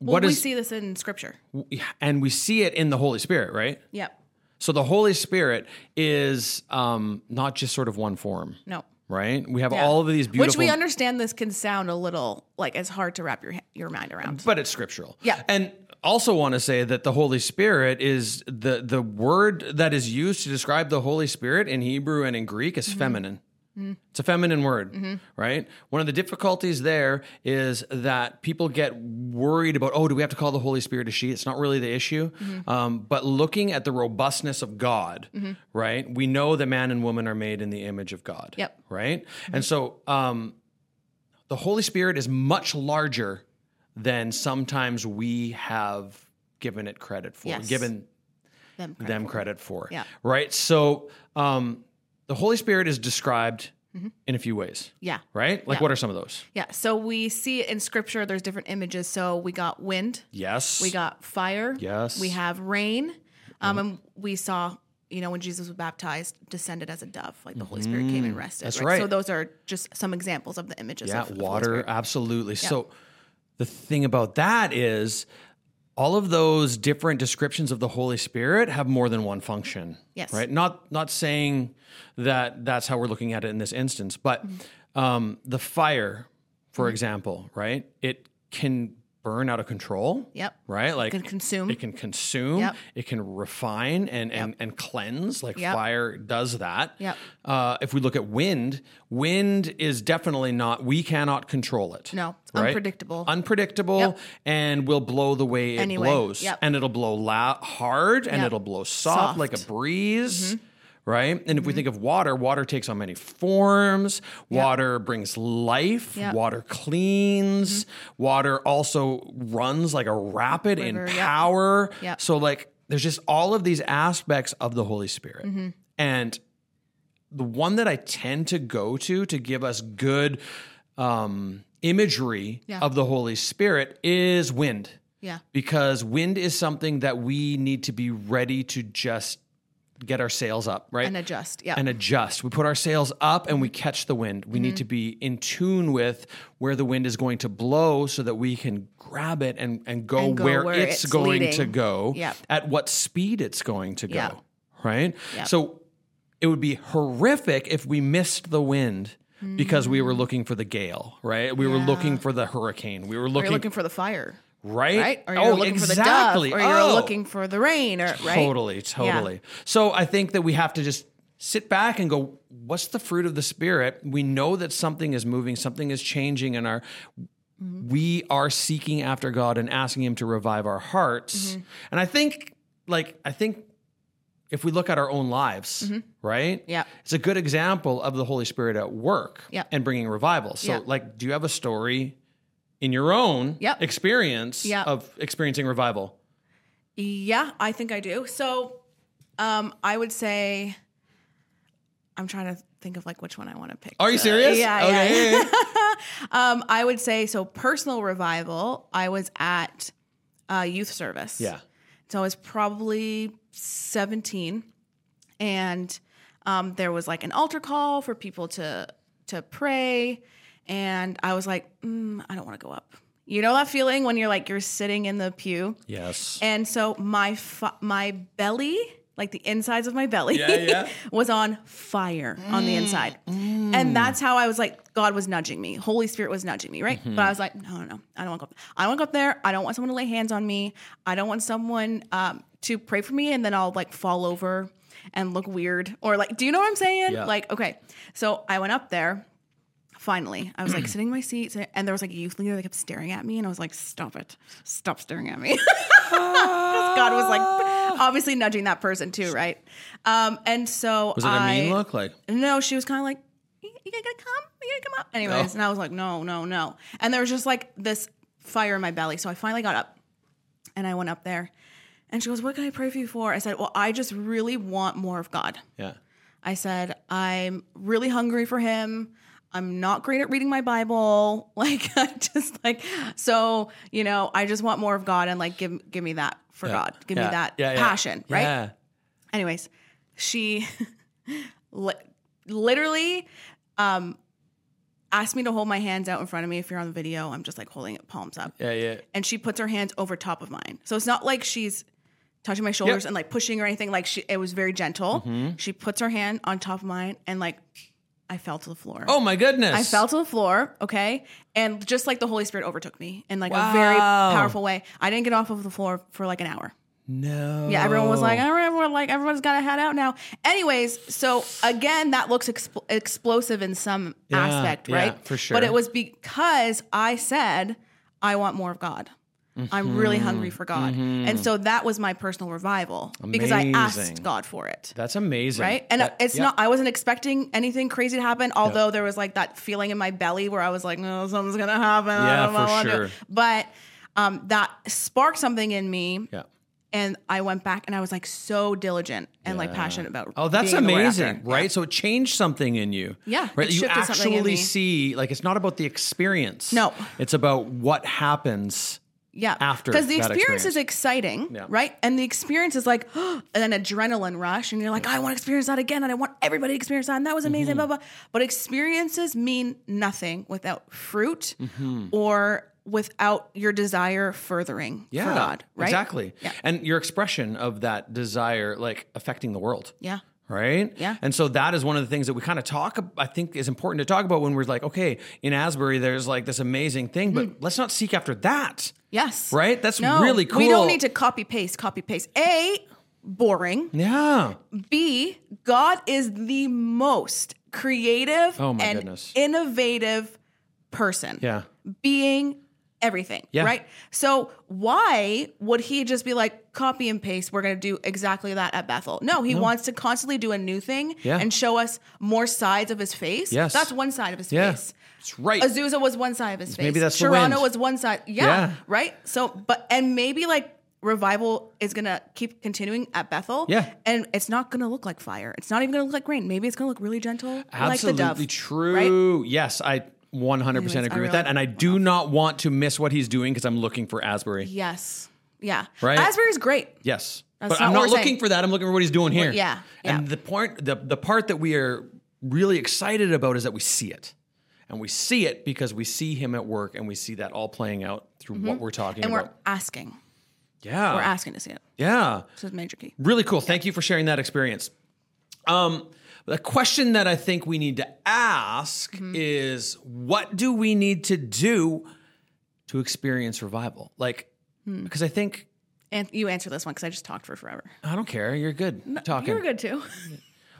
Speaker 2: what
Speaker 1: we
Speaker 2: is,
Speaker 1: see this in scripture.
Speaker 2: and we see it in the Holy Spirit, right?
Speaker 1: Yeah.
Speaker 2: So the Holy Spirit is um, not just sort of one form,
Speaker 1: No.
Speaker 2: right? We have
Speaker 1: Yeah.
Speaker 2: all of these beautiful
Speaker 1: Which we understand this can sound a little like it's hard to wrap your ha- your mind around.
Speaker 2: but it's scriptural.
Speaker 1: Yeah.
Speaker 2: And also want to say that the Holy Spirit is the the word that is used to describe the Holy Spirit in Hebrew and in Greek
Speaker 1: Mm-hmm.
Speaker 2: is feminine. It's a feminine word, right? One of the difficulties there is that people get worried about, oh, do we have to call the Holy Spirit a she? It's not really the issue.
Speaker 1: Mm-hmm.
Speaker 2: Um, but looking at the robustness of God, right? We know that man and woman are made in the image of God,
Speaker 1: Yep. Mm-hmm.
Speaker 2: right? And so um, the Holy Spirit is much larger than sometimes we have given it credit for,
Speaker 1: Yes.
Speaker 2: given
Speaker 1: Them cry.
Speaker 2: them credit for.
Speaker 1: Yeah.
Speaker 2: Right. So um, the Holy Spirit is described in a few ways,
Speaker 1: Yeah.
Speaker 2: right? Like,
Speaker 1: Mm-hmm. Yeah.
Speaker 2: what are some of those?
Speaker 1: Yeah. So we see it in scripture there's different images. So we got wind.
Speaker 2: Yes.
Speaker 1: We got fire.
Speaker 2: Yes.
Speaker 1: We have rain. Um, and we saw, you know, when Jesus was baptized, descended as a dove, like the Holy Spirit came and rested.
Speaker 2: Mm-hmm. that's
Speaker 1: So
Speaker 2: right.
Speaker 1: those are just some examples of the images.
Speaker 2: yeah,
Speaker 1: of the Holy
Speaker 2: water.
Speaker 1: Spirit.
Speaker 2: Absolutely. So the thing about that is all of those different descriptions of the Holy Spirit have more than one function.
Speaker 1: Yes.
Speaker 2: Right. Not not saying that that's how we're looking at it in this instance, but
Speaker 1: Mm-hmm.
Speaker 2: um, the fire, for example, right? It can burn out of control.
Speaker 1: Yep.
Speaker 2: Right. Like
Speaker 1: Can consume.
Speaker 2: It can consume.
Speaker 1: Yep.
Speaker 2: It can refine and and, and cleanse. Like
Speaker 1: Yep.
Speaker 2: fire does that.
Speaker 1: Yep.
Speaker 2: Uh, if we look at wind, wind is definitely not. We cannot control it.
Speaker 1: No, it's
Speaker 2: right?
Speaker 1: unpredictable.
Speaker 2: Unpredictable,
Speaker 1: Yep.
Speaker 2: and will blow the way it
Speaker 1: Anyway,
Speaker 2: blows,
Speaker 1: yep.
Speaker 2: and it'll blow loud, hard, and
Speaker 1: Yep.
Speaker 2: it'll blow soft, like a
Speaker 1: Soft.
Speaker 2: breeze.
Speaker 1: Mm-hmm.
Speaker 2: right? And if we think of water, water takes on many forms.
Speaker 1: Yeah.
Speaker 2: Water brings life,
Speaker 1: Yeah.
Speaker 2: water cleans, water also runs like a rapid
Speaker 1: Mm-hmm. River,
Speaker 2: in
Speaker 1: yeah.
Speaker 2: power.
Speaker 1: Yeah.
Speaker 2: So, like, there's just all of these aspects of the Holy Spirit.
Speaker 1: Mm-hmm.
Speaker 2: And the one that I tend to go to to give us good um, imagery
Speaker 1: Yeah.
Speaker 2: of the Holy Spirit is wind,
Speaker 1: Yeah.
Speaker 2: because wind is something that we need to be ready to just get our sails up, right?
Speaker 1: And adjust. Yeah.
Speaker 2: and adjust. We put our sails up and we catch the wind. We
Speaker 1: Mm-hmm.
Speaker 2: need to be in tune with where the wind is going to blow so that we can grab it and, and go,
Speaker 1: And go
Speaker 2: where,
Speaker 1: where
Speaker 2: it's,
Speaker 1: it's
Speaker 2: going to
Speaker 1: leading.
Speaker 2: go,
Speaker 1: Yep.
Speaker 2: at what speed it's going to go,
Speaker 1: Yep.
Speaker 2: right?
Speaker 1: Yep.
Speaker 2: So it would be horrific if we missed the wind. Because we
Speaker 1: Mm.
Speaker 2: were looking for the gale, right? We were looking for the hurricane. We were
Speaker 1: or
Speaker 2: looking,
Speaker 1: you're looking for the fire,
Speaker 2: right?
Speaker 1: right? Or you're looking for the dove, or you're
Speaker 2: Oh.
Speaker 1: looking for the rain, or right?
Speaker 2: Totally, totally. So I think that we have to just sit back and go, what's the fruit of the spirit? We know that something is moving, something is changing in our
Speaker 1: Mm-hmm.
Speaker 2: we are seeking after God and asking him to revive our
Speaker 1: Mm-hmm.
Speaker 2: hearts. And I think like I think if we look at our own lives, right?
Speaker 1: Mm-hmm. Yeah.
Speaker 2: It's a good example of the Holy Spirit at work
Speaker 1: Yeah.
Speaker 2: and bringing revival. So
Speaker 1: Yeah.
Speaker 2: like do you have a story in your own
Speaker 1: Yep.
Speaker 2: experience
Speaker 1: Yep.
Speaker 2: of experiencing revival?
Speaker 1: Yeah, I think I do. So, um, I would say I'm trying to think of like which one I want to pick.
Speaker 2: Are you serious?
Speaker 1: Uh, yeah, yeah.
Speaker 2: yeah.
Speaker 1: Um, I would say so. Personal revival. I was at uh, youth service.
Speaker 2: Yeah.
Speaker 1: So I was probably 17, and um, there was like an altar call for people to to pray, and I was like, mm, I don't want to go up. You know that feeling when you're like you're sitting in the pew
Speaker 2: Yes.
Speaker 1: And so my fi- my belly, like the insides of my belly,
Speaker 2: Yeah, yeah. Mm,
Speaker 1: was on fire on the inside. And that's how I was like, God was nudging me. Holy Spirit was nudging me, right?
Speaker 2: Mm-hmm.
Speaker 1: But I was like, no, no, no. I don't want to go up. I don't want to go up there. I don't want someone to lay hands on me. I don't want someone um, to pray for me and then I'll like fall over and look weird. Or like, do you know what I'm saying?
Speaker 2: Yeah.
Speaker 1: Like, okay. So I went up there finally i was like sitting in my seat sit- and there was like a youth leader that kept staring at me and i was like stop it stop staring at me 'Cause god was like
Speaker 2: Ah.
Speaker 1: obviously nudging that person too right um and so
Speaker 2: Was it a
Speaker 1: I,
Speaker 2: mean look? Like,
Speaker 1: no she was kind of like you, you gonna come you gonna come up anyways
Speaker 2: Oh.
Speaker 1: and i was like no no no and there was just like this fire in my belly so i finally got up and i went up there and she goes what can i pray for you for i said well i just really want more of god
Speaker 2: yeah.
Speaker 1: I said, I'm really hungry for him. I'm not great at reading my Bible. Like I just like so, you know, I just want more of God and like give give me that for God. Give me that passion, right?
Speaker 2: Yeah.
Speaker 1: Anyways, she li- literally um asked me to hold my hands out in front of me. If you're on the video, I'm just like holding it palms up
Speaker 2: Yeah. Yeah.
Speaker 1: and she puts her hands over top of mine. So it's not like she's touching my shoulders
Speaker 2: Yep. Mm-hmm.
Speaker 1: and like pushing or anything. Like she, it was very gentle. She puts her hand on top of mine and like I fell to the floor.
Speaker 2: Oh my goodness.
Speaker 1: I fell to the floor, okay, and just like the Holy Spirit overtook me in like a very
Speaker 2: Wow.
Speaker 1: powerful way. I didn't get off of the floor for like an hour.
Speaker 2: No.
Speaker 1: Yeah, everyone was like, all right, everyone, like everyone's got to head out now. Anyways, so again, that looks expl- explosive in some
Speaker 2: Yeah,
Speaker 1: aspect,
Speaker 2: yeah,
Speaker 1: right?
Speaker 2: for sure.
Speaker 1: But it was because I said, I want more of God. I'm really
Speaker 2: Mm-hmm.
Speaker 1: hungry for God. And so that was my personal revival because I
Speaker 2: Amazing.
Speaker 1: asked God for it.
Speaker 2: That's amazing.
Speaker 1: Right. And
Speaker 2: That-
Speaker 1: it's
Speaker 2: yeah.
Speaker 1: not, I wasn't expecting anything crazy to happen, although there was like that feeling in my belly where I was like, no, something's going to happen.
Speaker 2: Yeah,
Speaker 1: I don't know
Speaker 2: for
Speaker 1: what to do."
Speaker 2: sure.
Speaker 1: But um, that sparked something in me
Speaker 2: Yeah.
Speaker 1: and I went back and I was like so diligent and like passionate about.
Speaker 2: Oh, that's
Speaker 1: being the Lord
Speaker 2: amazing,
Speaker 1: after.
Speaker 2: right? So it changed something in you.
Speaker 1: Yeah,
Speaker 2: Right.
Speaker 1: it
Speaker 2: You
Speaker 1: shifted something in
Speaker 2: actually
Speaker 1: me.
Speaker 2: see, like, it's not about the experience.
Speaker 1: No.
Speaker 2: It's about what happens.
Speaker 1: Yeah,
Speaker 2: after
Speaker 1: because the
Speaker 2: that
Speaker 1: experience
Speaker 2: experience.
Speaker 1: is exciting,
Speaker 2: Yeah.
Speaker 1: right? And the experience is like an adrenaline rush, and you're like,
Speaker 2: Mm-hmm.
Speaker 1: I want to experience that again, and I want everybody to experience that, and that was amazing, blah blah. But experiences mean nothing without fruit
Speaker 2: Mm-hmm.
Speaker 1: or without your desire furthering for God, right?
Speaker 2: Exactly.
Speaker 1: Yeah.
Speaker 2: And your expression of that desire, like, affecting the world.
Speaker 1: Yeah.
Speaker 2: right?
Speaker 1: Yeah.
Speaker 2: And so that is one of the things that we kind of talk. ab- I think is important to talk about when we're like, okay, in Asbury, there's like this amazing thing,
Speaker 1: Hmm.
Speaker 2: but let's not seek after that,
Speaker 1: Yes.
Speaker 2: right? That's
Speaker 1: No,
Speaker 2: really cool.
Speaker 1: We don't need to copy paste, copy paste. A boring.
Speaker 2: Yeah.
Speaker 1: B, God is the most creative
Speaker 2: Oh my
Speaker 1: and
Speaker 2: goodness.
Speaker 1: innovative person.
Speaker 2: Yeah.
Speaker 1: Being everything,
Speaker 2: Yeah.
Speaker 1: right? So why would he just be like copy and paste? We're going to do exactly that at Bethel. No, he wants to constantly do a new thing
Speaker 2: Yeah.
Speaker 1: and show us more sides of his face.
Speaker 2: Yes.
Speaker 1: that's one side of his
Speaker 2: Yeah.
Speaker 1: face.
Speaker 2: It's right.
Speaker 1: Azusa was one side of his face.
Speaker 2: Maybe that's the
Speaker 1: Serrano
Speaker 2: wind.
Speaker 1: was one side. Yeah,
Speaker 2: Yeah.
Speaker 1: Right. So, but and maybe like revival is gonna keep continuing at Bethel.
Speaker 2: Yeah.
Speaker 1: And it's not gonna look like fire. It's not even gonna look like rain. Maybe it's gonna look really gentle,
Speaker 2: Absolutely
Speaker 1: like the dove. Right?
Speaker 2: true. Yes, I 100%
Speaker 1: Anyways,
Speaker 2: agree
Speaker 1: I
Speaker 2: with that.
Speaker 1: really-
Speaker 2: And I do not want to miss what he's doing because I'm looking for Asbury.
Speaker 1: Yes. Yeah.
Speaker 2: Right?
Speaker 1: Asbury's great.
Speaker 2: Yes.
Speaker 1: That's not
Speaker 2: but
Speaker 1: what
Speaker 2: I'm not
Speaker 1: we're
Speaker 2: looking
Speaker 1: saying.
Speaker 2: for that. I'm looking for what he's doing here.
Speaker 1: yeah,
Speaker 2: And
Speaker 1: yeah.
Speaker 2: the point the the part that we are really excited about is that we see it. And we see it because we see him at work and we see that all playing out through what we're talking
Speaker 1: Mm-hmm. And we're
Speaker 2: about.
Speaker 1: asking.
Speaker 2: yeah.
Speaker 1: We're asking to see it.
Speaker 2: yeah.
Speaker 1: So it's major key.
Speaker 2: Really cool. Thank you for sharing that experience. Um, the question that I think we need to ask
Speaker 1: Mm-hmm.
Speaker 2: is what do we need to do to experience revival? Like,
Speaker 1: Hmm.
Speaker 2: because I think,
Speaker 1: And you answer this one because I just talked for forever.
Speaker 2: I don't care. You're good talking.
Speaker 1: You were good too.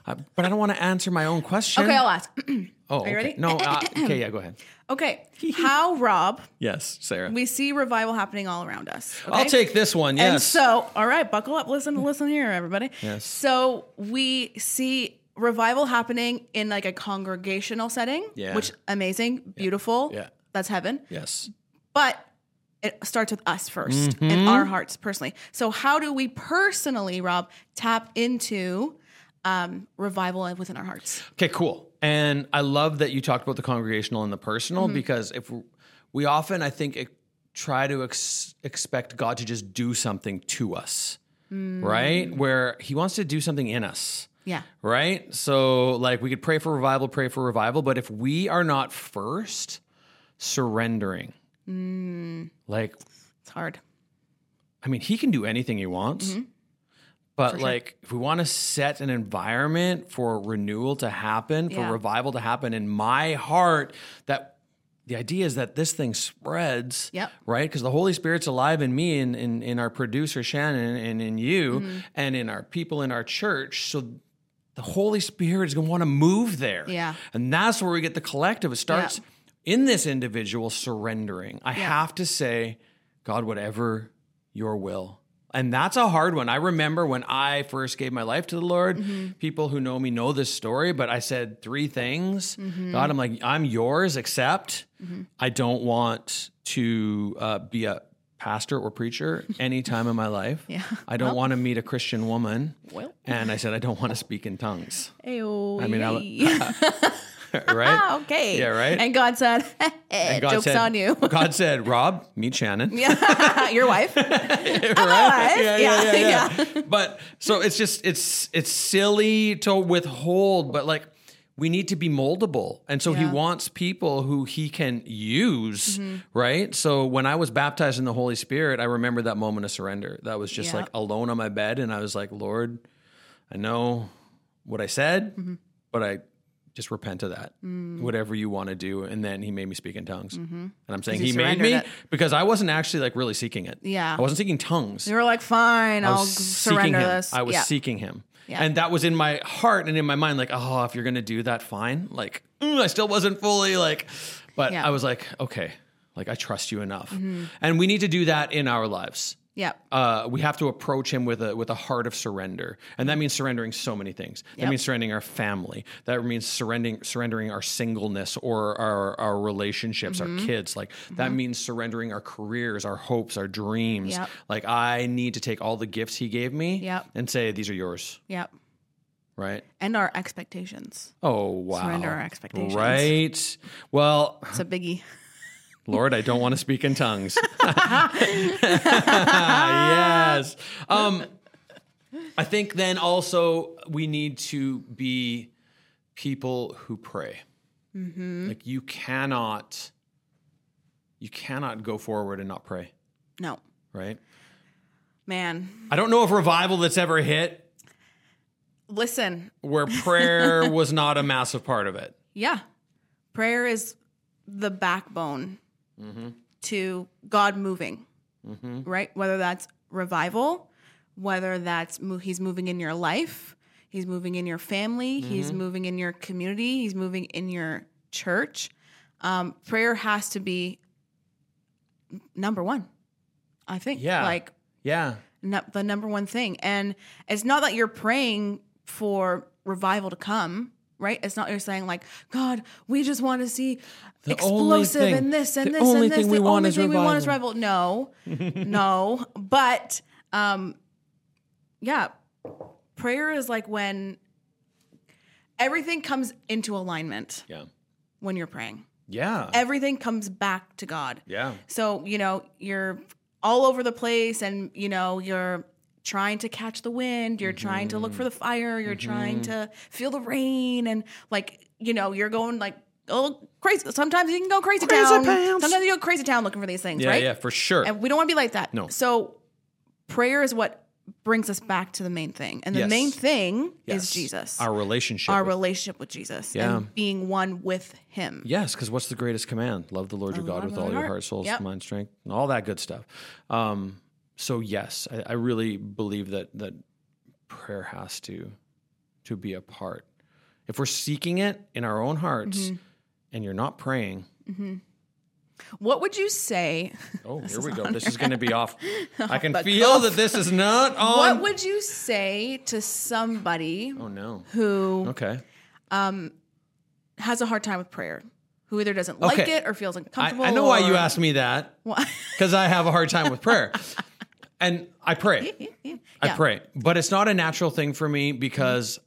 Speaker 2: I- but I don't want to answer my own question.
Speaker 1: Okay, I'll ask.
Speaker 2: oh, are
Speaker 1: you ready?
Speaker 2: No. uh, okay. Yeah. Go ahead.
Speaker 1: okay. How Rob,
Speaker 2: Yes, Sarah.
Speaker 1: we see revival happening all around us.
Speaker 2: I'll
Speaker 1: okay?
Speaker 2: take this one. Yes.
Speaker 1: And so, all right, buckle up, listen, listen here, everybody.
Speaker 2: Yes.
Speaker 1: So we see revival happening in like a congregational setting,
Speaker 2: Yeah.
Speaker 1: which amazing, beautiful.
Speaker 2: Yeah.
Speaker 1: That's heaven.
Speaker 2: yes.
Speaker 1: But it starts with us 1st
Speaker 2: Mm-hmm.
Speaker 1: and our hearts personally. So how do we personally, Rob, tap into um, revival within our hearts?
Speaker 2: Okay, cool. And I love that you talked about the congregational and the personal because if we- we often, I think, ex- try to ex- expect God to just do something to us, right? Where He wants to do something in us,
Speaker 1: Yeah.
Speaker 2: right? So, like, we could pray for revival, pray for revival, but if we are not first surrendering, like,
Speaker 1: It's hard.
Speaker 2: I mean, he can do anything he wants.
Speaker 1: Mm-hmm.
Speaker 2: But like if we want to set an environment for renewal to happen, for
Speaker 1: Yeah.
Speaker 2: revival to happen in my heart, that the idea is that this thing spreads,
Speaker 1: Yep.
Speaker 2: right? Because the Holy Spirit's alive in me and in, in our producer Shannon and in you
Speaker 1: Mm-hmm.
Speaker 2: and in our people in our church. So the Holy Spirit is going to want to move there.
Speaker 1: Yeah.
Speaker 2: And that's where we get the collective. It starts in this individual surrendering. I have to say, God, whatever your will. And that's a hard one. I remember when I first gave my life to the Lord,
Speaker 1: Mm-hmm.
Speaker 2: people who know me know this story, but I said three things.
Speaker 1: Mm-hmm.
Speaker 2: God, I'm like, I'm yours, except I don't want to uh, be a pastor or preacher any time in my life.
Speaker 1: Yeah.
Speaker 2: I don't want to meet a Christian woman.
Speaker 1: Well.
Speaker 2: And I said, I don't want to speak in tongues.
Speaker 1: Ayo, I
Speaker 2: mean, I'll-
Speaker 1: ah,
Speaker 2: right?
Speaker 1: okay.
Speaker 2: Yeah, right?
Speaker 1: And God said,
Speaker 2: God
Speaker 1: "Jokes
Speaker 2: said-
Speaker 1: on you."
Speaker 2: God said, Rob, meet Shannon.
Speaker 1: Yeah, your wife.
Speaker 2: right?
Speaker 1: alive. Yeah,
Speaker 2: But so it's just it's it's silly to withhold, but like we need to be moldable. And so he
Speaker 1: Yeah. Mm-hmm.
Speaker 2: wants people who he can use, right? So when I was baptized in the Holy Spirit, I remember that moment of surrender. That was just
Speaker 1: Yeah.
Speaker 2: like alone on my bed and I was like, "Lord, I know what I said,
Speaker 1: Mm-hmm.
Speaker 2: but I just repent of that.
Speaker 1: Mm.
Speaker 2: Whatever you want to do." And then he made me speak in tongues. And I'm saying
Speaker 1: you
Speaker 2: he made
Speaker 1: Mm-hmm. surrendered
Speaker 2: me
Speaker 1: it.
Speaker 2: because I wasn't actually like really seeking it.
Speaker 1: Yeah.
Speaker 2: I wasn't seeking tongues.
Speaker 1: You were like, "Fine, I'll
Speaker 2: was
Speaker 1: surrender
Speaker 2: him.
Speaker 1: this."
Speaker 2: I was
Speaker 1: yeah.
Speaker 2: seeking him.
Speaker 1: Yeah.
Speaker 2: And that was in my heart and in my mind, like, oh, if you're gonna do that, fine. Like, mm, I still wasn't fully like, but
Speaker 1: Yeah. Mm-hmm.
Speaker 2: I was like, okay, like I trust you enough. And we need to do that in our lives.
Speaker 1: Yeah.
Speaker 2: Uh, we have to approach him with a with a heart of surrender, and that means surrendering so many things. That
Speaker 1: Yep.
Speaker 2: means surrendering our family. That means surrendering surrendering our singleness or our our relationships,
Speaker 1: Mm-hmm.
Speaker 2: our kids. Like that means surrendering our careers, our hopes, our dreams.
Speaker 1: Yep.
Speaker 2: Like I need to take all the gifts he gave me
Speaker 1: Yep.
Speaker 2: and say these are yours,
Speaker 1: Yeah.
Speaker 2: right?
Speaker 1: And our expectations.
Speaker 2: Oh wow!
Speaker 1: Surrender our expectations.
Speaker 2: Right. Well,
Speaker 1: It's a biggie.
Speaker 2: Lord, I don't want to speak in tongues. yes. Um, I think then also we need to be people who pray.
Speaker 1: Mm-hmm.
Speaker 2: Like you cannot, you cannot go forward and not pray,
Speaker 1: No.
Speaker 2: right?
Speaker 1: Man.
Speaker 2: I don't know of revival that's ever hit
Speaker 1: Listen.
Speaker 2: where prayer was not a massive part of it.
Speaker 1: Yeah. Prayer is the backbone to God moving. Right? Whether that's revival, whether that's mo- he's moving in your life, he's moving in your family, he's moving in your community, he's moving in your church. Um, prayer has to be number one. I think.
Speaker 2: Yeah.
Speaker 1: Like
Speaker 2: Yeah.
Speaker 1: nu- the number one thing. And it's not that you're praying for revival to come, right? It's not you're saying like, God, we just want to see
Speaker 2: The only
Speaker 1: explosive
Speaker 2: thing-
Speaker 1: and this and
Speaker 2: the
Speaker 1: this
Speaker 2: only
Speaker 1: and this.
Speaker 2: thing we
Speaker 1: the
Speaker 2: want
Speaker 1: only
Speaker 2: is
Speaker 1: thing we want is revival. No, no. But um, yeah, prayer is like when everything comes into alignment
Speaker 2: Yeah.
Speaker 1: when you're praying.
Speaker 2: Yeah.
Speaker 1: Everything comes back to God.
Speaker 2: yeah.
Speaker 1: So, you know, you're all over the place and, you know, you're trying to catch the wind, you're trying to look for the fire, you're trying
Speaker 2: Mm-hmm.
Speaker 1: to feel the rain and like, you know, you're going like oh crazy. Sometimes you can go crazy,
Speaker 2: Crazy
Speaker 1: town.
Speaker 2: pants.
Speaker 1: Sometimes you go crazy town looking for these things,
Speaker 2: Yeah.
Speaker 1: right?
Speaker 2: Yeah. For sure.
Speaker 1: And we don't want to be like that.
Speaker 2: No.
Speaker 1: So prayer is what brings us back to the main thing. And the
Speaker 2: Yes.
Speaker 1: main thing
Speaker 2: Yes.
Speaker 1: is Jesus.
Speaker 2: Our relationship.
Speaker 1: Our
Speaker 2: with-
Speaker 1: relationship with Jesus
Speaker 2: Yeah.
Speaker 1: and being one with him.
Speaker 2: yes. Because what's the greatest command? Love the Lord your God
Speaker 1: Lord
Speaker 2: with
Speaker 1: with
Speaker 2: all
Speaker 1: my
Speaker 2: your
Speaker 1: heart.
Speaker 2: heart, soul,
Speaker 1: Yep.
Speaker 2: mind, strength, and all that good stuff. Um, so yes, I, I really believe that that prayer has to to be a part. If we're seeking it in our own hearts, and you're not praying,
Speaker 1: What would you say
Speaker 2: oh, here we go. This is going to be off. I can feel
Speaker 1: cuff.
Speaker 2: that this is not on.
Speaker 1: What would you say to somebody
Speaker 2: oh no.
Speaker 1: who
Speaker 2: Okay.
Speaker 1: has a hard time with prayer, who either doesn't like
Speaker 2: Okay.
Speaker 1: it or feels
Speaker 2: I,
Speaker 1: uncomfortable?
Speaker 2: I know why you
Speaker 1: or-
Speaker 2: asked me that because I have a hard time with prayer, and I pray. I
Speaker 1: Yeah.
Speaker 2: pray, but it's not a natural thing for me because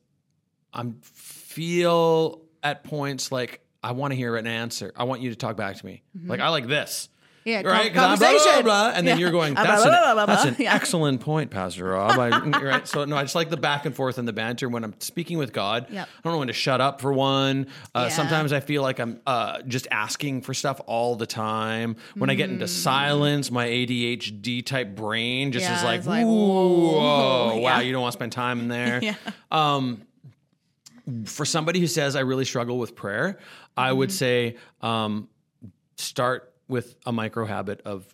Speaker 2: I'm feel at points like I want to hear an answer. I want you to talk back to me. Like I like this.
Speaker 1: Mm-hmm. Yeah, con-
Speaker 2: Right, 'Cause I'm blah, blah, blah,
Speaker 1: conversation.
Speaker 2: blah, and then
Speaker 1: Yeah.
Speaker 2: you're going.
Speaker 1: Blah,
Speaker 2: That's
Speaker 1: blah, blah,
Speaker 2: an,
Speaker 1: blah, blah,
Speaker 2: that's an
Speaker 1: yeah.
Speaker 2: excellent point, Pastor Rob. I, right, so no, I just like the back and forth and the banter when I'm speaking with God.
Speaker 1: Yep.
Speaker 2: I don't know when to shut up for one. Uh,
Speaker 1: Yeah.
Speaker 2: Sometimes I feel like I'm uh, just asking for stuff all the time. When I get
Speaker 1: Mm.
Speaker 2: into silence, my ADHD type brain just is
Speaker 1: Yeah,
Speaker 2: like,
Speaker 1: it's like,
Speaker 2: whoa,
Speaker 1: whoa,
Speaker 2: wow,
Speaker 1: yeah.
Speaker 2: you don't want to spend time in there. Um,
Speaker 1: Yeah.
Speaker 2: For somebody who says I really struggle with prayer, I would
Speaker 1: Mm-hmm.
Speaker 2: say um, start with a micro habit of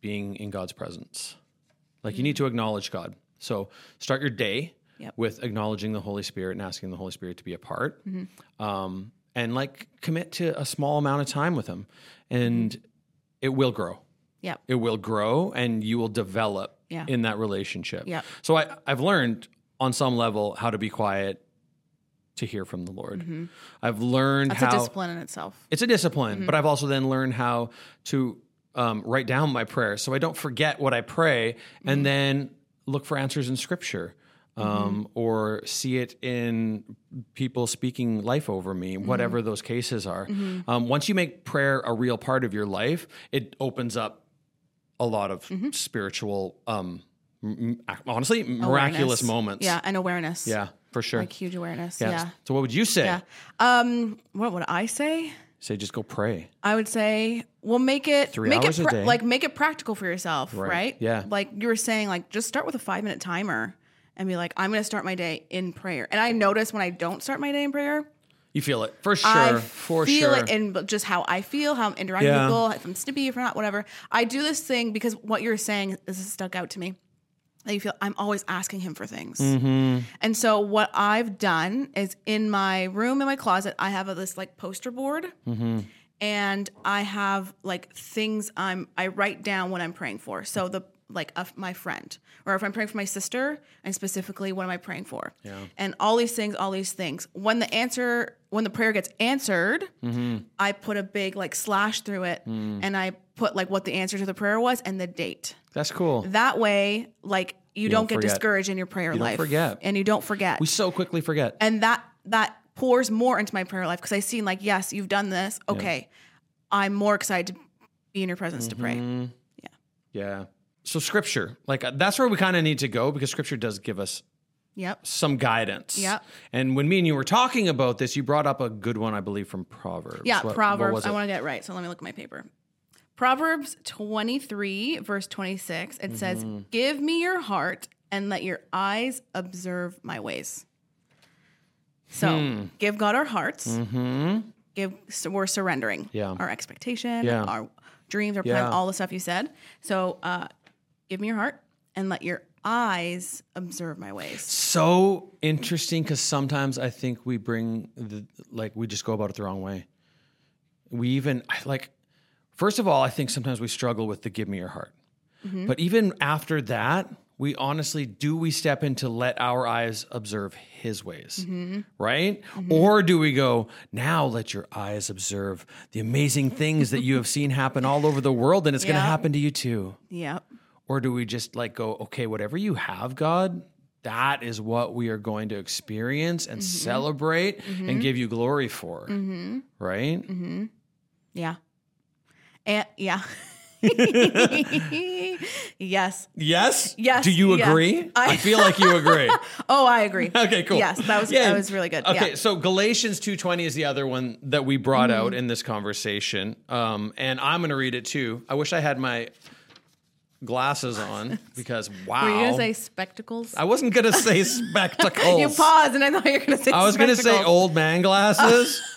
Speaker 2: being in God's presence. Like you need to acknowledge God. So start your day
Speaker 1: Mm. Yep.
Speaker 2: with acknowledging the Holy Spirit and asking the Holy Spirit to be a part.
Speaker 1: Mm-hmm.
Speaker 2: Um, and like commit to a small amount of time with Him, and
Speaker 1: Mm-hmm.
Speaker 2: it will grow.
Speaker 1: Yep.
Speaker 2: It will grow, and you will develop
Speaker 1: Yeah.
Speaker 2: in that relationship.
Speaker 1: Yep.
Speaker 2: So I, I've learned on some level how to be quiet to hear from the Lord. I've learned
Speaker 1: Mm-hmm. That's
Speaker 2: how
Speaker 1: a discipline in itself.
Speaker 2: it's a discipline,
Speaker 1: Mm-hmm.
Speaker 2: but I've also then learned how to um, write down my prayers so I don't forget what I pray
Speaker 1: Mm-hmm.
Speaker 2: and then look for answers in scripture um,
Speaker 1: Mm-hmm.
Speaker 2: or see it in people speaking life over me,
Speaker 1: Mm-hmm.
Speaker 2: whatever those cases are. Um, once you make prayer a real part of your life, it opens up a lot of spiritual, um, m- m- honestly, miraculous
Speaker 1: Mm-hmm. Awareness.
Speaker 2: moments.
Speaker 1: Yeah, and awareness.
Speaker 2: Yeah, for sure.
Speaker 1: Like huge awareness.
Speaker 2: yeah.
Speaker 1: Yeah.
Speaker 2: So, what would you say?
Speaker 1: Yeah. Um, what would I say?
Speaker 2: Say, just go pray.
Speaker 1: I would say, well, make it
Speaker 2: Three
Speaker 1: make
Speaker 2: hours a
Speaker 1: it
Speaker 2: day.
Speaker 1: like make it practical for yourself, right.
Speaker 2: Yeah.
Speaker 1: Like you were saying, like just start with a five minute timer and be like, I'm going to start my day in prayer. And I notice when I don't start my day in prayer,
Speaker 2: You feel it for sure.
Speaker 1: I
Speaker 2: for
Speaker 1: feel
Speaker 2: sure.
Speaker 1: it in just how I feel, how I'm interacting
Speaker 2: Yeah.
Speaker 1: with people, if I'm snippy, if I'm not, whatever. I do this thing because what you're saying this has stuck out to me. That you feel I'm always asking him for things.
Speaker 2: Mm-hmm.
Speaker 1: And so what I've done is in my room, in my closet, I have a, this like poster board.
Speaker 2: Mm-hmm.
Speaker 1: And I have like things I'm I write down what I'm praying for. So the like of my friend, or if I'm praying for my sister, and specifically what am I praying for? Yeah. And all these things, all these things. When the answer, when the prayer gets answered, I put a big like slash through it,
Speaker 2: Mm.
Speaker 1: and I put like what the answer to the prayer was and the date.
Speaker 2: That's cool.
Speaker 1: That way, like you, don't,
Speaker 2: don't
Speaker 1: get
Speaker 2: forget.
Speaker 1: discouraged in your prayer
Speaker 2: don't
Speaker 1: life.
Speaker 2: forget.
Speaker 1: and you don't forget.
Speaker 2: we so quickly forget.
Speaker 1: and that that pours more into my prayer life because I've seen like, yes, you've done this. Okay, I'm more excited to be in your presence to
Speaker 2: Mm-hmm.
Speaker 1: pray.
Speaker 2: yeah. So scripture, like uh, that's where we kind of need to go because scripture does give us
Speaker 1: Yep.
Speaker 2: some guidance.
Speaker 1: Yep.
Speaker 2: And when me and you were talking about this, you brought up a good one, I believe, from Proverbs.
Speaker 1: Yeah,
Speaker 2: What- what
Speaker 1: Proverbs.
Speaker 2: was
Speaker 1: I
Speaker 2: it?
Speaker 1: want to get it right, so let me look at my paper. Proverbs 23, verse 26, it says,
Speaker 2: Mm-hmm.
Speaker 1: Give me your heart and let your eyes observe my ways. So
Speaker 2: Hmm.
Speaker 1: give God our hearts. Give so we're surrendering
Speaker 2: Mm-hmm. Yeah.
Speaker 1: our expectation,
Speaker 2: Yeah.
Speaker 1: our dreams, our
Speaker 2: Yeah.
Speaker 1: plans, all the stuff you said. So uh, give me your heart and let your eyes observe my ways.
Speaker 2: so interesting because sometimes I think we bring the like we just go about it the wrong way. We even I- like First of all, I think sometimes we struggle with the give me your heart. But even after that, we honestly do we step into let our eyes observe his ways, right? Or do we go, now let your eyes observe the amazing things that you have seen happen all over the world and it's going
Speaker 1: Yeah.
Speaker 2: to happen to you too?
Speaker 1: Yep.
Speaker 2: Or do we just like go, okay, whatever you have, God, that is what we are going to experience
Speaker 1: Mm-hmm.
Speaker 2: and celebrate and give you glory for, right?
Speaker 1: Mm-hmm. Yeah. And yeah. yes.
Speaker 2: Yes.
Speaker 1: Yes,
Speaker 2: Do you
Speaker 1: yeah.
Speaker 2: agree? I,
Speaker 1: I-
Speaker 2: feel like you agree.
Speaker 1: Oh, I agree.
Speaker 2: Okay, cool.
Speaker 1: Yes, that was
Speaker 2: Yeah.
Speaker 1: that was really good.
Speaker 2: Okay,
Speaker 1: Yeah.
Speaker 2: so Galatians 2:20 is the other one that we brought
Speaker 1: Mm-hmm.
Speaker 2: out in this conversation. Um, and I'm going to read it too. I wish I had my glasses on because wow.
Speaker 3: Were you gonna say spectacles?
Speaker 2: I wasn't going to say spectacles.
Speaker 1: You paused, and I thought you were going to say.
Speaker 2: I was going to say
Speaker 1: spectacles.
Speaker 2: old man glasses.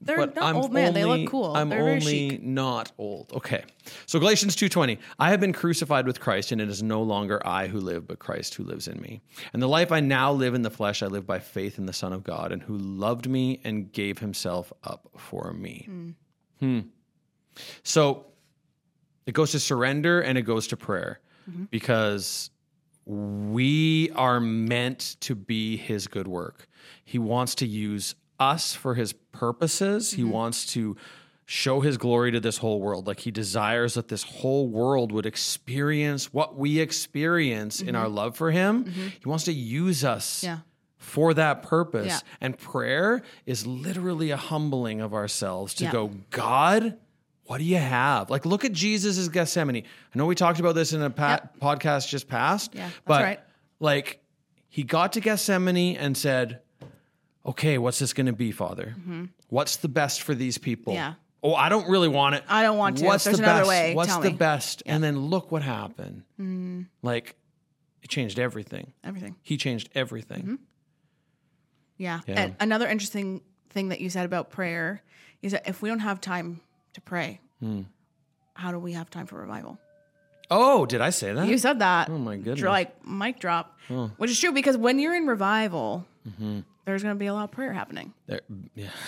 Speaker 3: They're
Speaker 2: but
Speaker 3: not
Speaker 2: I'm
Speaker 3: old man. they
Speaker 2: only-
Speaker 3: look cool.
Speaker 2: I'm
Speaker 3: They're very
Speaker 2: only
Speaker 3: chic.
Speaker 2: not old. Okay. So Galatians 2:20. I have been crucified with Christ and it is no longer I who live but Christ who lives in me. And the life I now live in the flesh I live by faith in the Son of God and who loved me and gave himself up for me. Hmm. So it goes to surrender and it goes to prayer because we are meant to be his good work. He wants to use us for his purposes. He wants to show his glory to this whole world. Like he desires that this whole world would experience what we experience in our love for him. He wants to use us
Speaker 3: Yeah.
Speaker 2: for that purpose.
Speaker 3: Yeah.
Speaker 2: And prayer is literally a humbling of ourselves to
Speaker 3: Yeah.
Speaker 2: go, God, what do you have? Like, look at Jesus' Gethsemane. I know we talked about this in a pa- podcast just past,
Speaker 3: Yeah, that's
Speaker 2: but
Speaker 3: right.
Speaker 2: like, he got to Gethsemane and said, Okay, what's this going to be, Father?
Speaker 1: Mm-hmm.
Speaker 2: What's the best for these people?
Speaker 3: Yeah.
Speaker 2: Oh, I don't really want it.
Speaker 1: I don't want to. If
Speaker 2: What's
Speaker 1: there's
Speaker 2: the
Speaker 1: another
Speaker 2: best?
Speaker 1: way,
Speaker 2: What's
Speaker 1: tell
Speaker 2: the
Speaker 1: me." Mm.
Speaker 2: best? And then look what happened. Like, it changed everything.
Speaker 1: everything.
Speaker 2: He changed everything.
Speaker 1: Mm-hmm. Yeah.
Speaker 2: Yeah.
Speaker 1: And another interesting thing that you said about prayer is that if we don't have time to pray,
Speaker 2: Hmm.
Speaker 1: how do we have time for revival?
Speaker 2: Oh, did I say that?
Speaker 1: You said that. Oh
Speaker 2: my goodness.
Speaker 1: Like mic drop, which is true because when you're in revival,
Speaker 2: Mm-hmm.
Speaker 1: there's going to be a lot of prayer happening.
Speaker 2: There- yeah.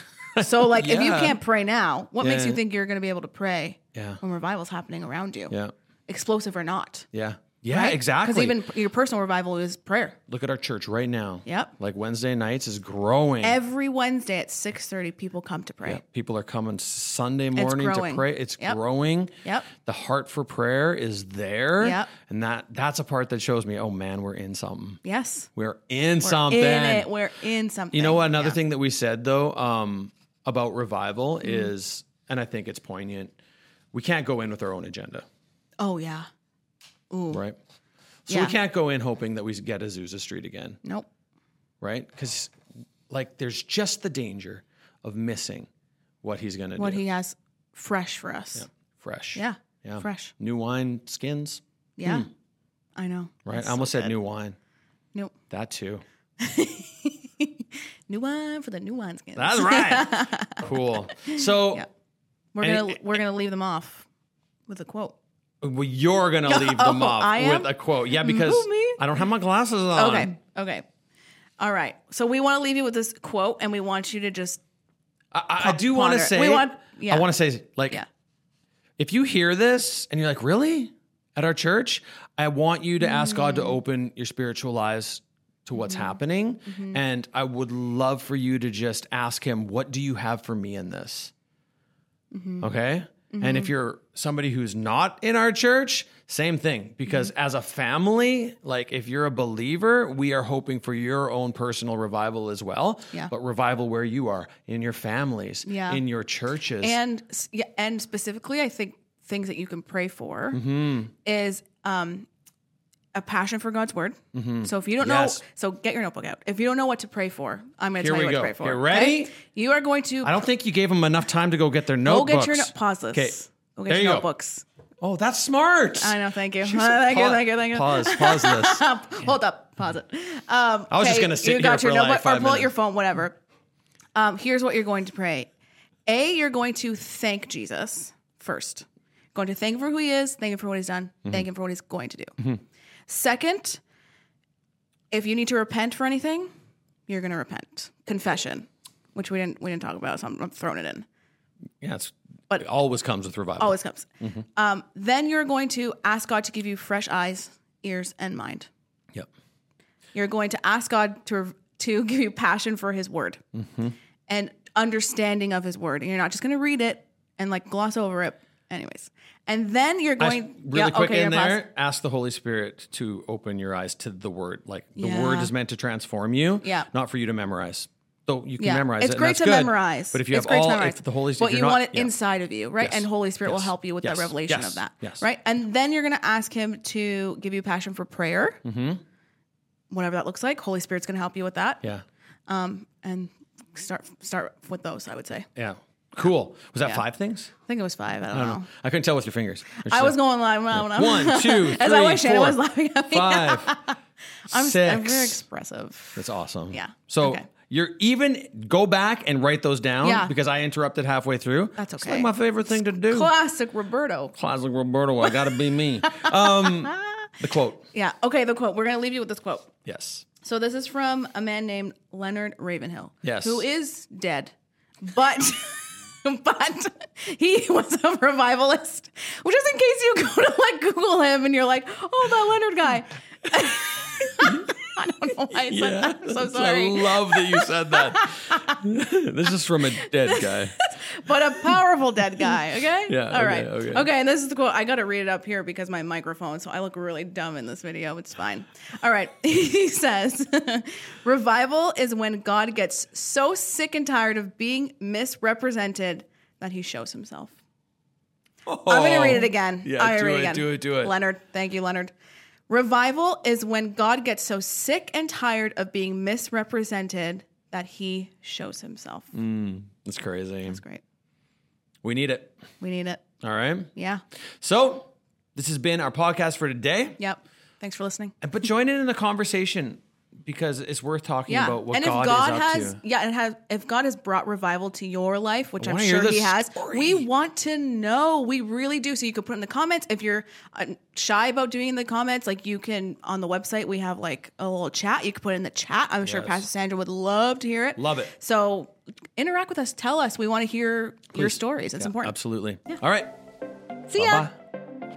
Speaker 1: So like if you
Speaker 2: Yeah.
Speaker 1: can't pray now, what makes you
Speaker 2: Yeah.
Speaker 1: think you're going to be able to pray
Speaker 2: Yeah.
Speaker 1: when revival's happening around you,
Speaker 2: Yeah.
Speaker 1: explosive or not?
Speaker 2: Yeah. Yeah,
Speaker 1: Because
Speaker 2: exactly.
Speaker 1: even p- your personal revival is prayer.
Speaker 2: look at our church right now.
Speaker 1: Yep.
Speaker 2: Like Wednesday nights is growing.
Speaker 1: Every Wednesday at six thirty, people come to pray.
Speaker 2: Yeah, People are coming Sunday morning to
Speaker 1: growing.
Speaker 2: pray. It's
Speaker 1: Yep.
Speaker 2: growing.
Speaker 1: Yep.
Speaker 2: The heart for prayer is there.
Speaker 1: Yep.
Speaker 2: And that that's a part that shows me, oh man, we're in something.
Speaker 1: Yes,
Speaker 2: We're in something.
Speaker 1: in it. We're in something.
Speaker 2: Um, You know what? Another
Speaker 1: Yeah. Mm-hmm.
Speaker 2: thing that we said though um, about revival is, and I think it's poignant. We can't go in with our own agenda,
Speaker 1: Oh yeah.
Speaker 2: right? So
Speaker 1: Yeah.
Speaker 2: we can't go in hoping that we get Azusa Street again.
Speaker 1: Nope.
Speaker 2: right? Because like there's just the danger of missing what he's gonna
Speaker 1: What
Speaker 2: do.
Speaker 1: he has fresh for us.
Speaker 2: Fresh.
Speaker 1: Yeah.
Speaker 2: Yeah.
Speaker 1: Fresh.
Speaker 2: New wine skins.
Speaker 1: Yeah. I know.
Speaker 2: Right. I almost said new wine.
Speaker 1: Nope.
Speaker 2: That too.
Speaker 1: New one for the new wineskins.
Speaker 2: That's right. cool. So
Speaker 1: we're
Speaker 2: and-
Speaker 1: gonna we're gonna leave them off with a quote.
Speaker 2: well, you're gonna leave them
Speaker 1: Oh,
Speaker 2: off
Speaker 1: I am?
Speaker 2: with a quote. Yeah, because
Speaker 1: Move me.
Speaker 2: I don't have my glasses on.
Speaker 1: Okay. Okay. All right. So we want to leave you with this quote, and we want you to just
Speaker 2: I, I- I do want to
Speaker 1: ponder it.
Speaker 2: say
Speaker 1: We want-
Speaker 2: I
Speaker 1: yeah.
Speaker 2: want to say like
Speaker 1: yeah.
Speaker 2: if you hear this and you're like, really? At our church, I want you to ask God to open your spiritual eyes to what's
Speaker 1: Mm-hmm.
Speaker 2: happening. And I would love for you to just ask Him, what do you have for me in this?
Speaker 1: Mm-hmm.
Speaker 2: Okay. And if you're somebody who's not in our church, same thing. Because
Speaker 1: Mm-hmm.
Speaker 2: as a family, like if you're a believer, we are hoping for your own personal revival as well.
Speaker 1: Yeah.
Speaker 2: But revival where you are, in your families,
Speaker 1: Yeah.
Speaker 2: in your churches.
Speaker 1: and s- yeah, and specifically, I think things that you can pray for
Speaker 2: Mm-hmm.
Speaker 1: is um, a passion for God's word. So if you don't
Speaker 2: Mm-hmm. Yes.
Speaker 1: know, so get your notebook out. If you don't know what to pray for, I'm going to
Speaker 2: Here
Speaker 1: tell you
Speaker 2: we
Speaker 1: what
Speaker 2: go.
Speaker 1: to pray for.
Speaker 2: Okay, ready?
Speaker 1: okay? You are going to
Speaker 2: I don't think you gave them enough time to go get their
Speaker 1: go
Speaker 2: notebooks.
Speaker 1: get your no- pause this.
Speaker 2: Okay.
Speaker 1: Go get
Speaker 2: There you
Speaker 1: your
Speaker 2: go.
Speaker 1: notebooks.
Speaker 2: Oh, that's smart.
Speaker 1: I know. Thank you.
Speaker 2: She said
Speaker 1: thank you.
Speaker 2: pause-
Speaker 1: Thank you. Thank you.
Speaker 2: Pause. Pause this.
Speaker 1: Up, hold up, pause it. Um,
Speaker 2: was just
Speaker 1: okay,
Speaker 2: gonna sit
Speaker 1: you got
Speaker 2: here
Speaker 1: your
Speaker 2: for, like,
Speaker 1: notebook or
Speaker 2: five
Speaker 1: pull out your
Speaker 2: minutes.
Speaker 1: phone, whatever. Um, here's what you're going to pray. A, you're going to thank Jesus first. Going to thank him for who he is, thank him for what he's done,
Speaker 2: Mm-hmm.
Speaker 1: thank him for what he's going to do. Second, if you need to repent for anything, you're going to repent. Confession, which we didn't we didn't talk about, so I'm, I'm throwing it in.
Speaker 2: yeah, it's
Speaker 1: but Oh,
Speaker 2: It always comes with revival.
Speaker 1: always comes.
Speaker 2: Mm-hmm.
Speaker 1: Um, then you're going to ask God to give you fresh eyes, ears, and mind.
Speaker 2: Yep.
Speaker 1: You're going to ask God to to give you passion for His Word and understanding of His Word, and you're not just going to read it and like gloss over it, anyways. And then you're
Speaker 2: Ask-
Speaker 1: going
Speaker 2: really quick
Speaker 1: okay,
Speaker 2: in
Speaker 1: you're gonna
Speaker 2: there,
Speaker 1: pause.
Speaker 2: ask the Holy Spirit to open your eyes to the word. Like the
Speaker 1: Yeah.
Speaker 2: word is meant to transform you,
Speaker 1: Yeah.
Speaker 2: not for you to memorize. So you can
Speaker 1: Yeah.
Speaker 2: memorize
Speaker 1: it's
Speaker 2: it. and
Speaker 1: great
Speaker 2: that's
Speaker 1: to
Speaker 2: good.
Speaker 1: memorize.
Speaker 2: But if you
Speaker 1: it's
Speaker 2: have
Speaker 1: great to
Speaker 2: all,
Speaker 1: memorize.
Speaker 2: if the Holy Spirit,
Speaker 1: but you
Speaker 2: you're
Speaker 1: want
Speaker 2: not-
Speaker 1: it
Speaker 2: yeah.
Speaker 1: inside of you, right?
Speaker 2: Yes.
Speaker 1: And Holy Spirit will
Speaker 2: Yes.
Speaker 1: help you with
Speaker 2: Yes.
Speaker 1: that revelation
Speaker 2: Yes.
Speaker 1: of that,
Speaker 2: Yes.
Speaker 1: right? And then you're going to ask Him to give you passion for prayer, whatever that looks like. Holy Spirit's going to help you with that,
Speaker 2: Mm-hmm. Yeah.
Speaker 1: um, and start start with those. I would say.
Speaker 2: Yeah. Cool. Was that five things?
Speaker 1: I think it was five. I don't,
Speaker 2: I
Speaker 1: know.
Speaker 2: don't know. I couldn't tell with your fingers. There's
Speaker 1: I was
Speaker 2: a-
Speaker 1: going live when I- when I
Speaker 2: One, two,
Speaker 1: as I
Speaker 2: three,
Speaker 1: wish Shannon was
Speaker 2: four,
Speaker 1: laughing at me.
Speaker 2: five,
Speaker 1: I'm,
Speaker 2: six.
Speaker 1: I'm very expressive.
Speaker 2: That's awesome.
Speaker 1: Yeah.
Speaker 2: So
Speaker 1: Okay.
Speaker 2: you're even go back and write those down
Speaker 1: Yeah.
Speaker 2: because I interrupted halfway through.
Speaker 1: That's
Speaker 2: It's
Speaker 1: okay.
Speaker 2: like my favorite thing to do.
Speaker 1: Classic Roberto.
Speaker 2: Classic Roberto. I gotta be me. Um, the quote.
Speaker 1: Yeah. Okay. The quote. We're gonna leave you with this quote.
Speaker 2: Yes.
Speaker 1: So this is from a man named Leonard Ravenhill.
Speaker 2: Yes.
Speaker 1: Who is dead, but. But he was a revivalist, which is in case you go to like Google him and you're like, oh, that Leonard guy. I don't know why I said that. I'm so
Speaker 2: that's-
Speaker 1: sorry.
Speaker 2: I love that you said that. this is from a dead guy.
Speaker 1: but a powerful dead guy. Okay.
Speaker 2: Yeah, okay,
Speaker 1: All right.
Speaker 2: okay.
Speaker 1: And this is the quote. I got to read it up here because my microphone. So I look really dumb in this video. It's fine. All right. he says, "Revival is when God gets so sick and tired of being misrepresented that He shows Himself." I'm going to read it again.
Speaker 2: Oh, Yeah,
Speaker 1: I'm gonna
Speaker 2: do
Speaker 1: read
Speaker 2: it,
Speaker 1: again.
Speaker 2: do it, do it.
Speaker 1: Leonard, thank you, Leonard. Revival is when God gets so sick and tired of being misrepresented that He shows Himself.
Speaker 2: It's crazy.
Speaker 1: That's great.
Speaker 2: We need it.
Speaker 1: We need it.
Speaker 2: All right.
Speaker 1: Yeah.
Speaker 2: So this has been our podcast for today.
Speaker 1: Yep. Thanks for listening.
Speaker 2: But join in in the conversation because it's worth talking
Speaker 1: Yeah.
Speaker 2: about what
Speaker 1: and
Speaker 2: God,
Speaker 1: if God
Speaker 2: is up
Speaker 1: has
Speaker 2: to.
Speaker 1: yeah, it has if God has brought revival to your life, which
Speaker 2: I
Speaker 1: I'm
Speaker 2: wanna hear
Speaker 1: sure
Speaker 2: the
Speaker 1: he has,
Speaker 2: story.
Speaker 1: we want to know. We really do. So you could put in the comments if you're uh, shy about doing the comments, like you can on the website we have like a little chat. You could put it in the chat. I'm sure
Speaker 2: Yes.
Speaker 1: Pastor Sandra would love to hear it.
Speaker 2: Love it.
Speaker 1: So interact with us. Tell us. We want to hear your stories. It's important.
Speaker 2: Absolutely. All right.
Speaker 1: See ya.
Speaker 2: Bye.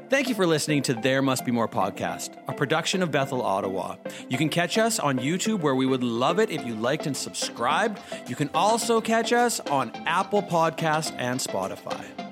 Speaker 2: Thank you for listening to There Must Be More podcast, a production of Bethel, Ottawa. You can catch us on YouTube, where we would love it if you liked and subscribed. You can also catch us on Apple Podcasts and Spotify.